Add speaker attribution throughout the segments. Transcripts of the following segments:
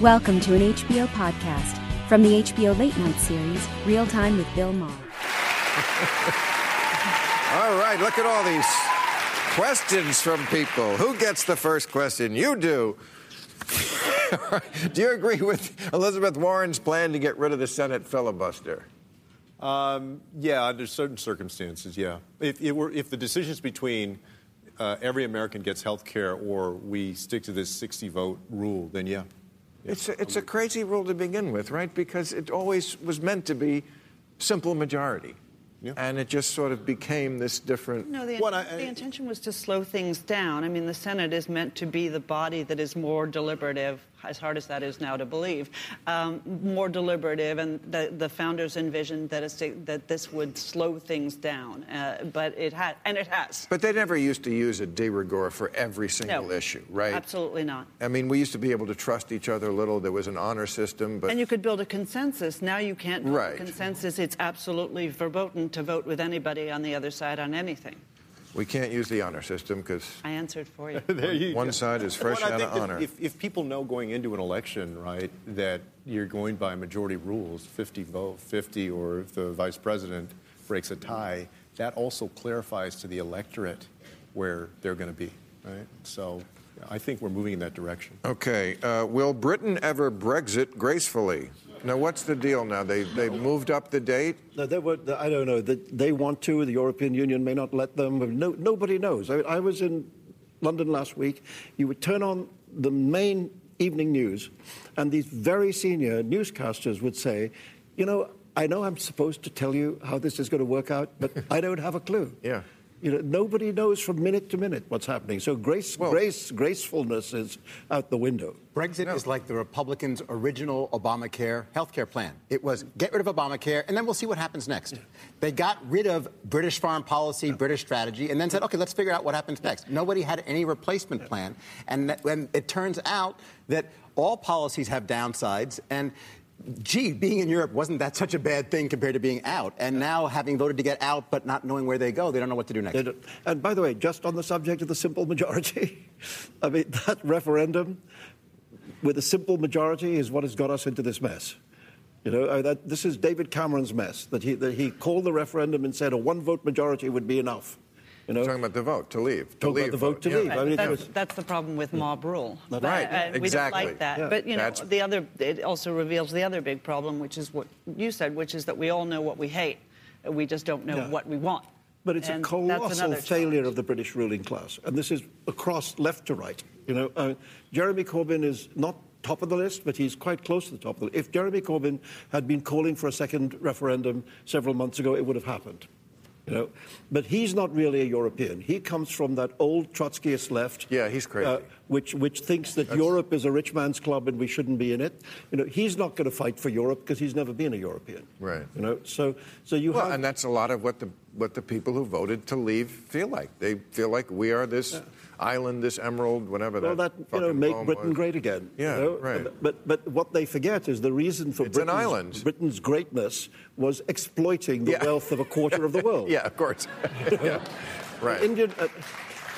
Speaker 1: Welcome to an HBO podcast from the HBO Late Night series, Real Time with Bill Maher.
Speaker 2: All right, look at all these questions from people. Who gets the first question? You do. do you agree with Elizabeth Warren's plan to get rid of the Senate filibuster?
Speaker 3: Um, yeah, under certain circumstances, yeah. If, it were, if the decision's between uh, every American gets health care or we stick to this 60 vote rule, then yeah.
Speaker 2: It's a, it's a crazy rule to begin with, right? Because it always was meant to be simple majority.
Speaker 3: Yeah.
Speaker 2: And it just sort of became this different.
Speaker 4: No, the,
Speaker 3: What I-
Speaker 4: the intention was to slow things down. I mean, the Senate is meant to be the body that is more deliberative, as hard as that is now to believe, um, more deliberative, and the, the founders envisioned that, it's, that this would slow things down, uh, but it has, and it has.
Speaker 2: But they never used to use a de rigueur for every single
Speaker 4: No,
Speaker 2: issue, right?
Speaker 4: Absolutely not.
Speaker 2: I mean, we used to be able to trust each other a little. There was an honor system, but
Speaker 4: And you could build a consensus. Now you can't build
Speaker 2: Right.
Speaker 4: a consensus. It's absolutely verboten to vote with anybody on the other side on anything.
Speaker 2: we can't use the honor system because
Speaker 4: I answered for you.
Speaker 3: There you
Speaker 2: one
Speaker 3: go.
Speaker 2: side is fresh
Speaker 3: Well, I
Speaker 2: out
Speaker 3: think
Speaker 2: of
Speaker 3: that
Speaker 2: honor.
Speaker 3: If, if people know going into an election, right, that you're going by majority rules, 50 vote, 50, or if the vice president breaks a tie, that also clarifies to the electorate where they're going to be, right? So I think we're moving in that direction.
Speaker 2: Okay. Uh, will Britain ever Brexit gracefully? Now, what's the deal now? They, they moved up the date?
Speaker 5: No, they were, I don't know. That they want to. The European Union may not let them. No, nobody knows. I, mean, I was in London last week. You would turn on the main evening news, and these very senior newscasters would say, "You know, I know I'm supposed to tell you how this is going to work out, but I don't have a clue."
Speaker 2: Yeah.
Speaker 5: You know, nobody knows from minute to minute what's happening. So grace,
Speaker 2: Well-
Speaker 5: grace, gracefulness is out the window.
Speaker 6: Brexit is like the Republicans' original Obamacare healthcare plan. It was get rid of Obamacare, and then we'll see what happens next. They got rid of British foreign policy, British strategy, and then said, okay, let's figure out what happens next. Nobody had any replacement plan. And, that, and it turns out that all policies have downsides, and gee, being in Europe wasn't that such a bad thing compared to being out. And now, having voted to get out but not knowing where they go, they don't know what to do next.
Speaker 5: They don't- And by the way, just on the subject of the simple majority, I mean, that referendum with a simple majority is what has got us into this mess. You know, I- that, this is David Cameron's mess, that he, that he called the referendum and said a one vote majority would be enough. You know,
Speaker 2: Talking about the vote to leave. To
Speaker 5: Talking
Speaker 2: leave
Speaker 5: about the vote to
Speaker 2: yeah.
Speaker 5: leave. I mean, it
Speaker 4: that's,
Speaker 5: was-
Speaker 4: that's the problem with mob rule. But, uh,
Speaker 2: right.
Speaker 4: We don't
Speaker 2: Exactly.
Speaker 4: like that.
Speaker 2: Yeah.
Speaker 4: But you know,
Speaker 2: That's-
Speaker 4: the other it also reveals the other big problem, which is what you said, which is that we all know what we hate, we just don't know
Speaker 5: Yeah.
Speaker 4: what we want.
Speaker 5: But it's
Speaker 4: And
Speaker 5: a
Speaker 4: that's
Speaker 5: colossal
Speaker 4: another
Speaker 5: failure
Speaker 4: challenge.
Speaker 5: of the British ruling class, and this is across left to right. You know, uh, Jeremy Corbyn is not top of the list, but he's quite close to the top of the list. If Jeremy Corbyn had been calling for a second referendum several months ago, it would have happened. You know, but he's not really a European. He comes from that old Trotskyist left. uh,
Speaker 2: Yeah, he's crazy.
Speaker 5: which which thinks that Europe is a rich man's club and we shouldn't be in it. You know, he's not going to fight for Europe because he's never been a European.
Speaker 2: Right.
Speaker 5: You know, so so you
Speaker 2: Well,
Speaker 5: have
Speaker 2: and that's a lot of what the, what the people who voted to leave feel like. They feel like we are this island, this emerald, whatever
Speaker 5: Well, that
Speaker 2: that
Speaker 5: you know,
Speaker 2: fucking
Speaker 5: make
Speaker 2: poem
Speaker 5: Britain
Speaker 2: was.
Speaker 5: great again. you
Speaker 2: Yeah,
Speaker 5: know?
Speaker 2: right.
Speaker 5: But but what they forget is the reason for
Speaker 2: It's an
Speaker 5: Britain's,
Speaker 2: island.
Speaker 5: Britain's greatness was exploiting the
Speaker 2: Yeah.
Speaker 5: wealth of a quarter of the world.
Speaker 2: Yeah, of course. yeah. Right.
Speaker 5: Indian. Uh,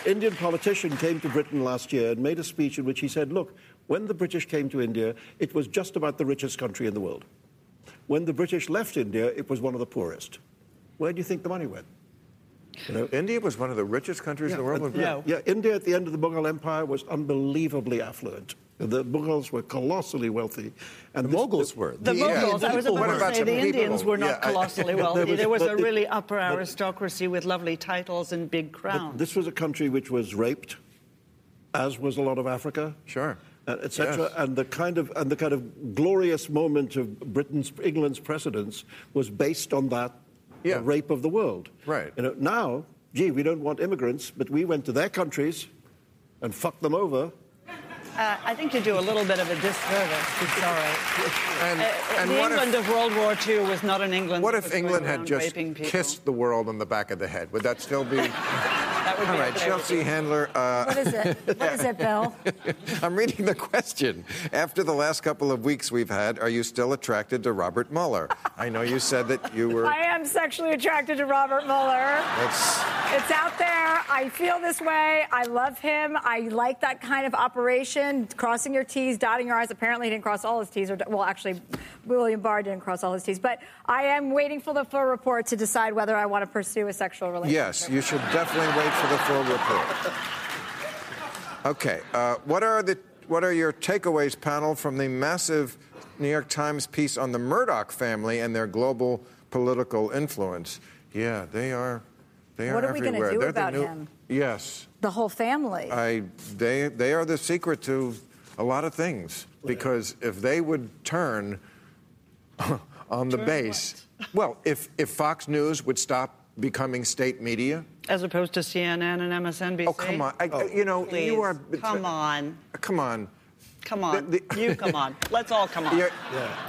Speaker 5: Indian politician came to Britain last year and made a speech in which he said, Look, when the British came to India, it was just about the richest country in the world. When the British left India, it was one of the poorest. Where do you think the money went?
Speaker 2: India was one of the richest countries in the world.
Speaker 5: Yeah,
Speaker 2: with-
Speaker 4: No.
Speaker 5: yeah, India at the end of the Mughal Empire was unbelievably affluent. The Mughals were colossally wealthy. And
Speaker 6: the
Speaker 5: this-
Speaker 6: Moguls were.
Speaker 4: The
Speaker 2: Yeah.
Speaker 4: Mughals, I was
Speaker 2: What
Speaker 4: about
Speaker 2: about
Speaker 4: to say, the
Speaker 2: some people?
Speaker 4: Indians were not
Speaker 2: Yeah, I-
Speaker 4: colossally
Speaker 5: But
Speaker 4: wealthy.
Speaker 5: there was-
Speaker 4: There was
Speaker 5: but
Speaker 4: a
Speaker 5: it-
Speaker 4: really upper
Speaker 5: but-
Speaker 4: aristocracy with lovely titles and big crowns.
Speaker 5: This was a country which was raped, as was a lot of Africa.
Speaker 2: Sure.
Speaker 5: Etc.
Speaker 2: Yes.
Speaker 5: And the kind of and the kind of glorious moment of Britain's England's precedence was based on that the
Speaker 2: Yeah.
Speaker 5: rape of the world.
Speaker 2: Right.
Speaker 5: You know, now, gee, we don't want immigrants, but we went to their countries and fucked them over.
Speaker 4: Uh, I think you do a little bit of a disservice. It's all right.
Speaker 2: And, and
Speaker 4: Uh, the
Speaker 2: what
Speaker 4: England
Speaker 2: if,
Speaker 4: of World War II was not an England.
Speaker 2: what
Speaker 4: that
Speaker 2: if
Speaker 4: was going
Speaker 2: England had
Speaker 4: around
Speaker 2: just
Speaker 4: raping people.
Speaker 2: kissed the world on the back of the head? Would that still be?
Speaker 4: That would be
Speaker 2: All right,
Speaker 4: okay.
Speaker 2: Chelsea Handler. Uh,
Speaker 7: What is it? What is it, Bill?
Speaker 2: I'm reading the question. After the last couple of weeks we've had, are you still attracted to Robert Mueller? I know you said that you were.
Speaker 7: I am sexually attracted to Robert Mueller.
Speaker 2: That's,
Speaker 7: It's out there. I feel this way. I love him. I like that kind of operation, crossing your T's, dotting your I's. Apparently, he didn't cross all his T's. Or, well, actually, William Barr didn't cross all his T's. But I am waiting for the full report to decide whether I want to pursue a sexual relationship.
Speaker 2: yes, you should definitely wait for the full report. Okay, uh, what are the what are your takeaways, panel, from the massive New York Times piece on the Murdoch family and their global political influence? Yeah, they are. They are
Speaker 7: What are we gonna
Speaker 2: everywhere.
Speaker 7: do
Speaker 2: They're the
Speaker 7: about
Speaker 2: new-
Speaker 7: him?
Speaker 2: Yes.
Speaker 7: The whole family.
Speaker 2: I, they, they are the secret to a lot of things because if they would turn on the base, well, if, if Fox News would stop becoming state media,
Speaker 4: as opposed to CNN and MSNBC.
Speaker 2: oh come on, I, you know
Speaker 4: Please.
Speaker 2: you are
Speaker 4: Come on.
Speaker 2: come on,
Speaker 4: Come on.
Speaker 2: The- the-
Speaker 4: you come on. Let's all come on.
Speaker 2: You're-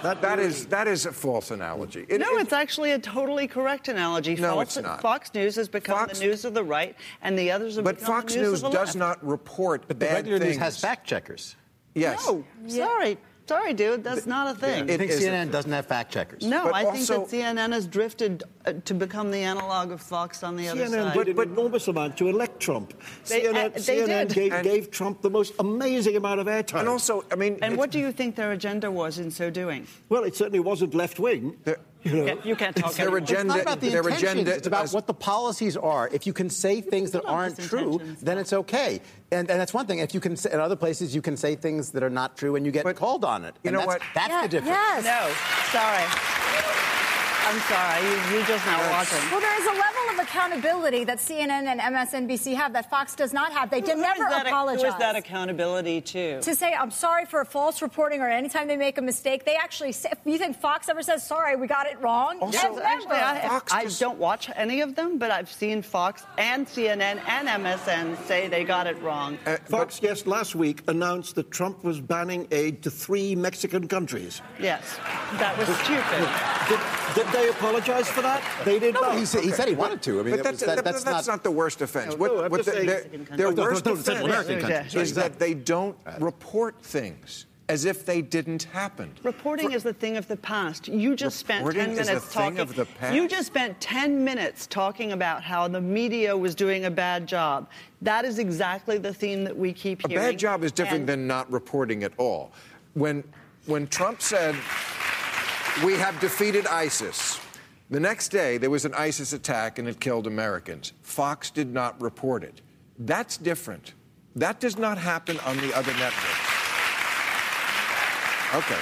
Speaker 2: that, that is that is a false analogy. It-
Speaker 4: no,
Speaker 2: it-
Speaker 4: it's actually a totally correct analogy.
Speaker 2: No,
Speaker 4: Fox,
Speaker 2: it's not.
Speaker 4: Fox News has become
Speaker 2: Fox-
Speaker 4: the news of the right, and the others have
Speaker 2: but
Speaker 4: become
Speaker 2: Fox
Speaker 4: the news,
Speaker 2: News
Speaker 4: of the
Speaker 2: does
Speaker 4: left.
Speaker 2: not report
Speaker 6: But the
Speaker 2: bad
Speaker 6: regular
Speaker 2: things.
Speaker 6: news has fact checkers.
Speaker 2: Yes.
Speaker 4: No, sorry, sorry, dude, that's not a thing.
Speaker 6: I think
Speaker 2: is-
Speaker 6: CNN doesn't have fact checkers.
Speaker 4: no,
Speaker 2: But
Speaker 4: I
Speaker 2: also-
Speaker 4: think that CNN has drifted uh, to become the analog of Fox on the other
Speaker 5: CNN
Speaker 4: side.
Speaker 5: did an enormous amount to elect Trump.
Speaker 4: They-
Speaker 5: CNN,
Speaker 4: uh, they
Speaker 5: CNN
Speaker 4: did.
Speaker 5: Gave,
Speaker 2: And-
Speaker 5: gave Trump the most amazing amount of airtime.
Speaker 2: And also, I mean,
Speaker 4: and
Speaker 2: it's-
Speaker 4: what do you think their agenda was in so doing?
Speaker 5: well, it certainly wasn't left wing. You know,
Speaker 4: You can't- you can't talk
Speaker 2: their
Speaker 4: anymore.
Speaker 2: agenda?
Speaker 6: It's not about the
Speaker 2: their
Speaker 6: intentions.
Speaker 2: agenda
Speaker 6: It's about
Speaker 2: as-
Speaker 6: what the policies are. If you can say things that
Speaker 4: don't have
Speaker 6: aren't
Speaker 4: these
Speaker 6: true,
Speaker 4: intentions.
Speaker 6: then it's okay. And, and that's one thing. If you can, say, in other places, you can say things that are not true, and you get
Speaker 2: But
Speaker 6: called on it.
Speaker 2: you
Speaker 6: And
Speaker 2: know
Speaker 6: that's,
Speaker 2: what?
Speaker 6: That's
Speaker 7: Yeah,
Speaker 6: the difference.
Speaker 7: yes.
Speaker 4: No, sorry. I'm sorry, you, you're just not watching.
Speaker 7: Well, there is a level of accountability that CNN and MSNBC have that Fox does not have. They did
Speaker 4: Who is
Speaker 7: never
Speaker 4: that-
Speaker 7: apologize.
Speaker 4: Who is that accountability to?
Speaker 7: to say I'm sorry for false reporting or anytime they make a mistake, they actually say, if you think Fox ever says sorry, we got it wrong.
Speaker 2: Also-
Speaker 7: Yes, never.
Speaker 4: Actually, I,
Speaker 2: Fox
Speaker 4: I
Speaker 2: just-
Speaker 4: don't watch any of them, but I've seen Fox and CNN and MSN say they got it wrong.
Speaker 2: Uh,
Speaker 5: Fox, yes, last week announced that Trump was banning aid to three Mexican countries.
Speaker 4: Yes, that was stupid.
Speaker 5: Did, did they apologize for that? They did
Speaker 6: No,
Speaker 5: not.
Speaker 6: he, said, he said he wanted to. I mean,
Speaker 2: But
Speaker 6: that
Speaker 2: that's,
Speaker 6: was- that-
Speaker 2: that-
Speaker 6: that's
Speaker 2: that's not,
Speaker 6: not.
Speaker 2: the worst offense.
Speaker 5: No,
Speaker 2: What-
Speaker 5: no, I'm
Speaker 2: what
Speaker 5: just
Speaker 2: the-
Speaker 5: saying-
Speaker 2: their,
Speaker 4: Mexican
Speaker 2: their
Speaker 4: countries. No,
Speaker 2: worst
Speaker 6: no,
Speaker 2: offense
Speaker 6: Central American
Speaker 4: countries,
Speaker 2: is
Speaker 4: sorry.
Speaker 2: that they don't report things as if they didn't happen.
Speaker 4: Reporting is the thing of the past. You just spent
Speaker 2: Reporting
Speaker 4: 10
Speaker 2: is a
Speaker 4: minutes
Speaker 2: thing
Speaker 4: talking.
Speaker 2: of the past?
Speaker 4: You just spent 10 minutes talking about how the media was doing a bad job. That is exactly the theme that we keep
Speaker 2: A
Speaker 4: hearing.
Speaker 2: bad job is different
Speaker 4: And-
Speaker 2: than not reporting at all. When, when Trump said, We have defeated ISIS, the next day there was an ISIS attack and it killed Americans. Fox did not report it. That's different. That does not happen on the other networks. Okay.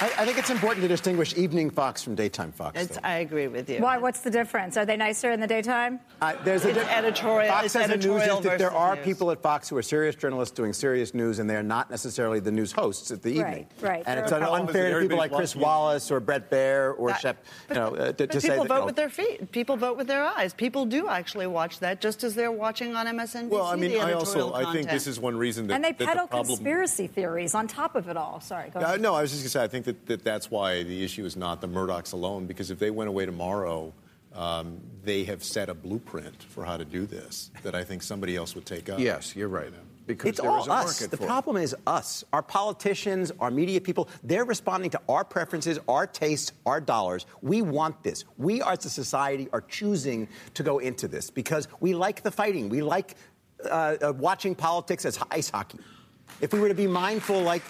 Speaker 6: I, I think it's important to distinguish evening Fox from daytime Fox.
Speaker 4: It's,
Speaker 6: though.
Speaker 4: I agree with you.
Speaker 7: Why? What's the difference? Are they nicer in the daytime?
Speaker 6: I- Uh, there's a
Speaker 4: It's
Speaker 6: diff-
Speaker 4: editorial-
Speaker 6: Fox
Speaker 4: it's
Speaker 6: has a news
Speaker 4: editorial
Speaker 6: is that there
Speaker 4: versus
Speaker 6: are
Speaker 4: news.
Speaker 6: people at Fox who are serious journalists doing serious news, and they're not necessarily the news hosts at the
Speaker 7: Right,
Speaker 6: evening.
Speaker 7: right.
Speaker 6: And it's
Speaker 7: There
Speaker 3: are columnists and
Speaker 6: unfair to people like
Speaker 3: everybody's
Speaker 6: Chris
Speaker 3: watching.
Speaker 6: Wallace or Brett Baer or
Speaker 4: That-
Speaker 6: Shep, you
Speaker 4: but-
Speaker 6: know, uh, to,
Speaker 4: but
Speaker 6: to say
Speaker 4: people
Speaker 6: that,
Speaker 4: vote
Speaker 6: you know,
Speaker 4: with their feet. People vote with their eyes. People do actually watch that, just as they're watching on MSNBC.
Speaker 3: Well, I mean,
Speaker 4: the
Speaker 3: I also
Speaker 4: editorial
Speaker 3: I think this
Speaker 4: content.
Speaker 3: is one reason that
Speaker 7: and they
Speaker 3: that the
Speaker 7: peddle
Speaker 3: problem-
Speaker 7: conspiracy theories on top of it all. Sorry, go
Speaker 3: Uh,
Speaker 7: ahead.
Speaker 3: no, I was just going to say, I think that, that that's why the issue is not the Murdochs alone, because if they went away tomorrow, um, they have set a blueprint for how to do this that I think somebody else would take up.
Speaker 2: Yes, you're right.
Speaker 3: You know?
Speaker 2: Because
Speaker 6: it's
Speaker 2: there
Speaker 6: all
Speaker 2: is a
Speaker 6: us.
Speaker 2: market
Speaker 6: The
Speaker 2: for it.
Speaker 6: problem is us. Our politicians, our media people, they're responding to our preferences, our tastes, our dollars. We want this. We as a society are choosing to go into this because we like the fighting. We like uh, uh, watching politics as ice hockey. If we were to be mindful, like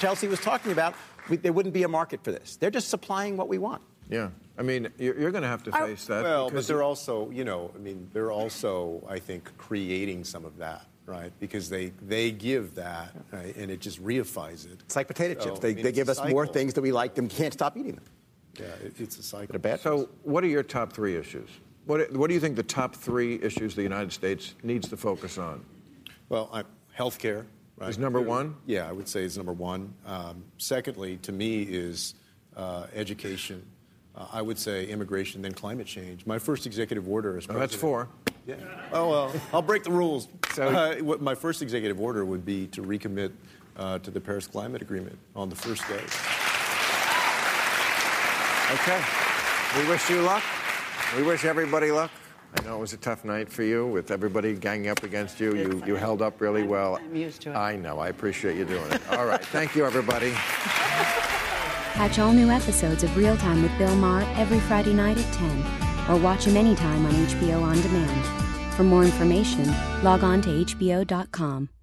Speaker 6: Chelsea was talking about, we, there wouldn't be a market for this. They're just supplying what we want.
Speaker 2: Yeah, I mean, you're, you're going to have to
Speaker 7: I-
Speaker 2: face that.
Speaker 3: Well, but
Speaker 2: because
Speaker 3: they're also, you know, I mean, they're also, I think, creating some of that, right? Because they they give that, right, and it just reifies it.
Speaker 6: It's like potato
Speaker 3: So,
Speaker 6: chips. They,
Speaker 3: I mean,
Speaker 6: they
Speaker 3: it's
Speaker 6: give
Speaker 3: a
Speaker 6: us more
Speaker 3: cycle.
Speaker 6: things that we like and we can't stop eating them.
Speaker 3: Yeah, it, it's a cycle.
Speaker 6: But a bad
Speaker 2: So, what are your top three issues? What What do you think the top three issues the United States needs to focus on?
Speaker 3: Well, I, healthcare right?
Speaker 2: Is number one?
Speaker 3: Yeah, I would say is number one. Um, secondly, to me, is uh, education. Uh, I would say immigration, then climate change. My first executive order as
Speaker 2: Now, Oh, that's four.
Speaker 3: president- Yeah. Oh well, I'll break the rules. So, uh, what my first executive order would be to recommit uh, to the Paris Climate Agreement on the first day.
Speaker 2: Okay. We wish you luck. We wish everybody luck. I know it was a tough night for you with everybody ganging up against you. You, you held up really
Speaker 4: I'm-
Speaker 2: well.
Speaker 4: I'm used to it.
Speaker 2: I know. I appreciate you doing it. All right. Thank you, everybody.
Speaker 1: Catch all new episodes of Real Time with Bill Maher every Friday night at 10, or watch him anytime on HBO On Demand. For more information, log on to HBO.com.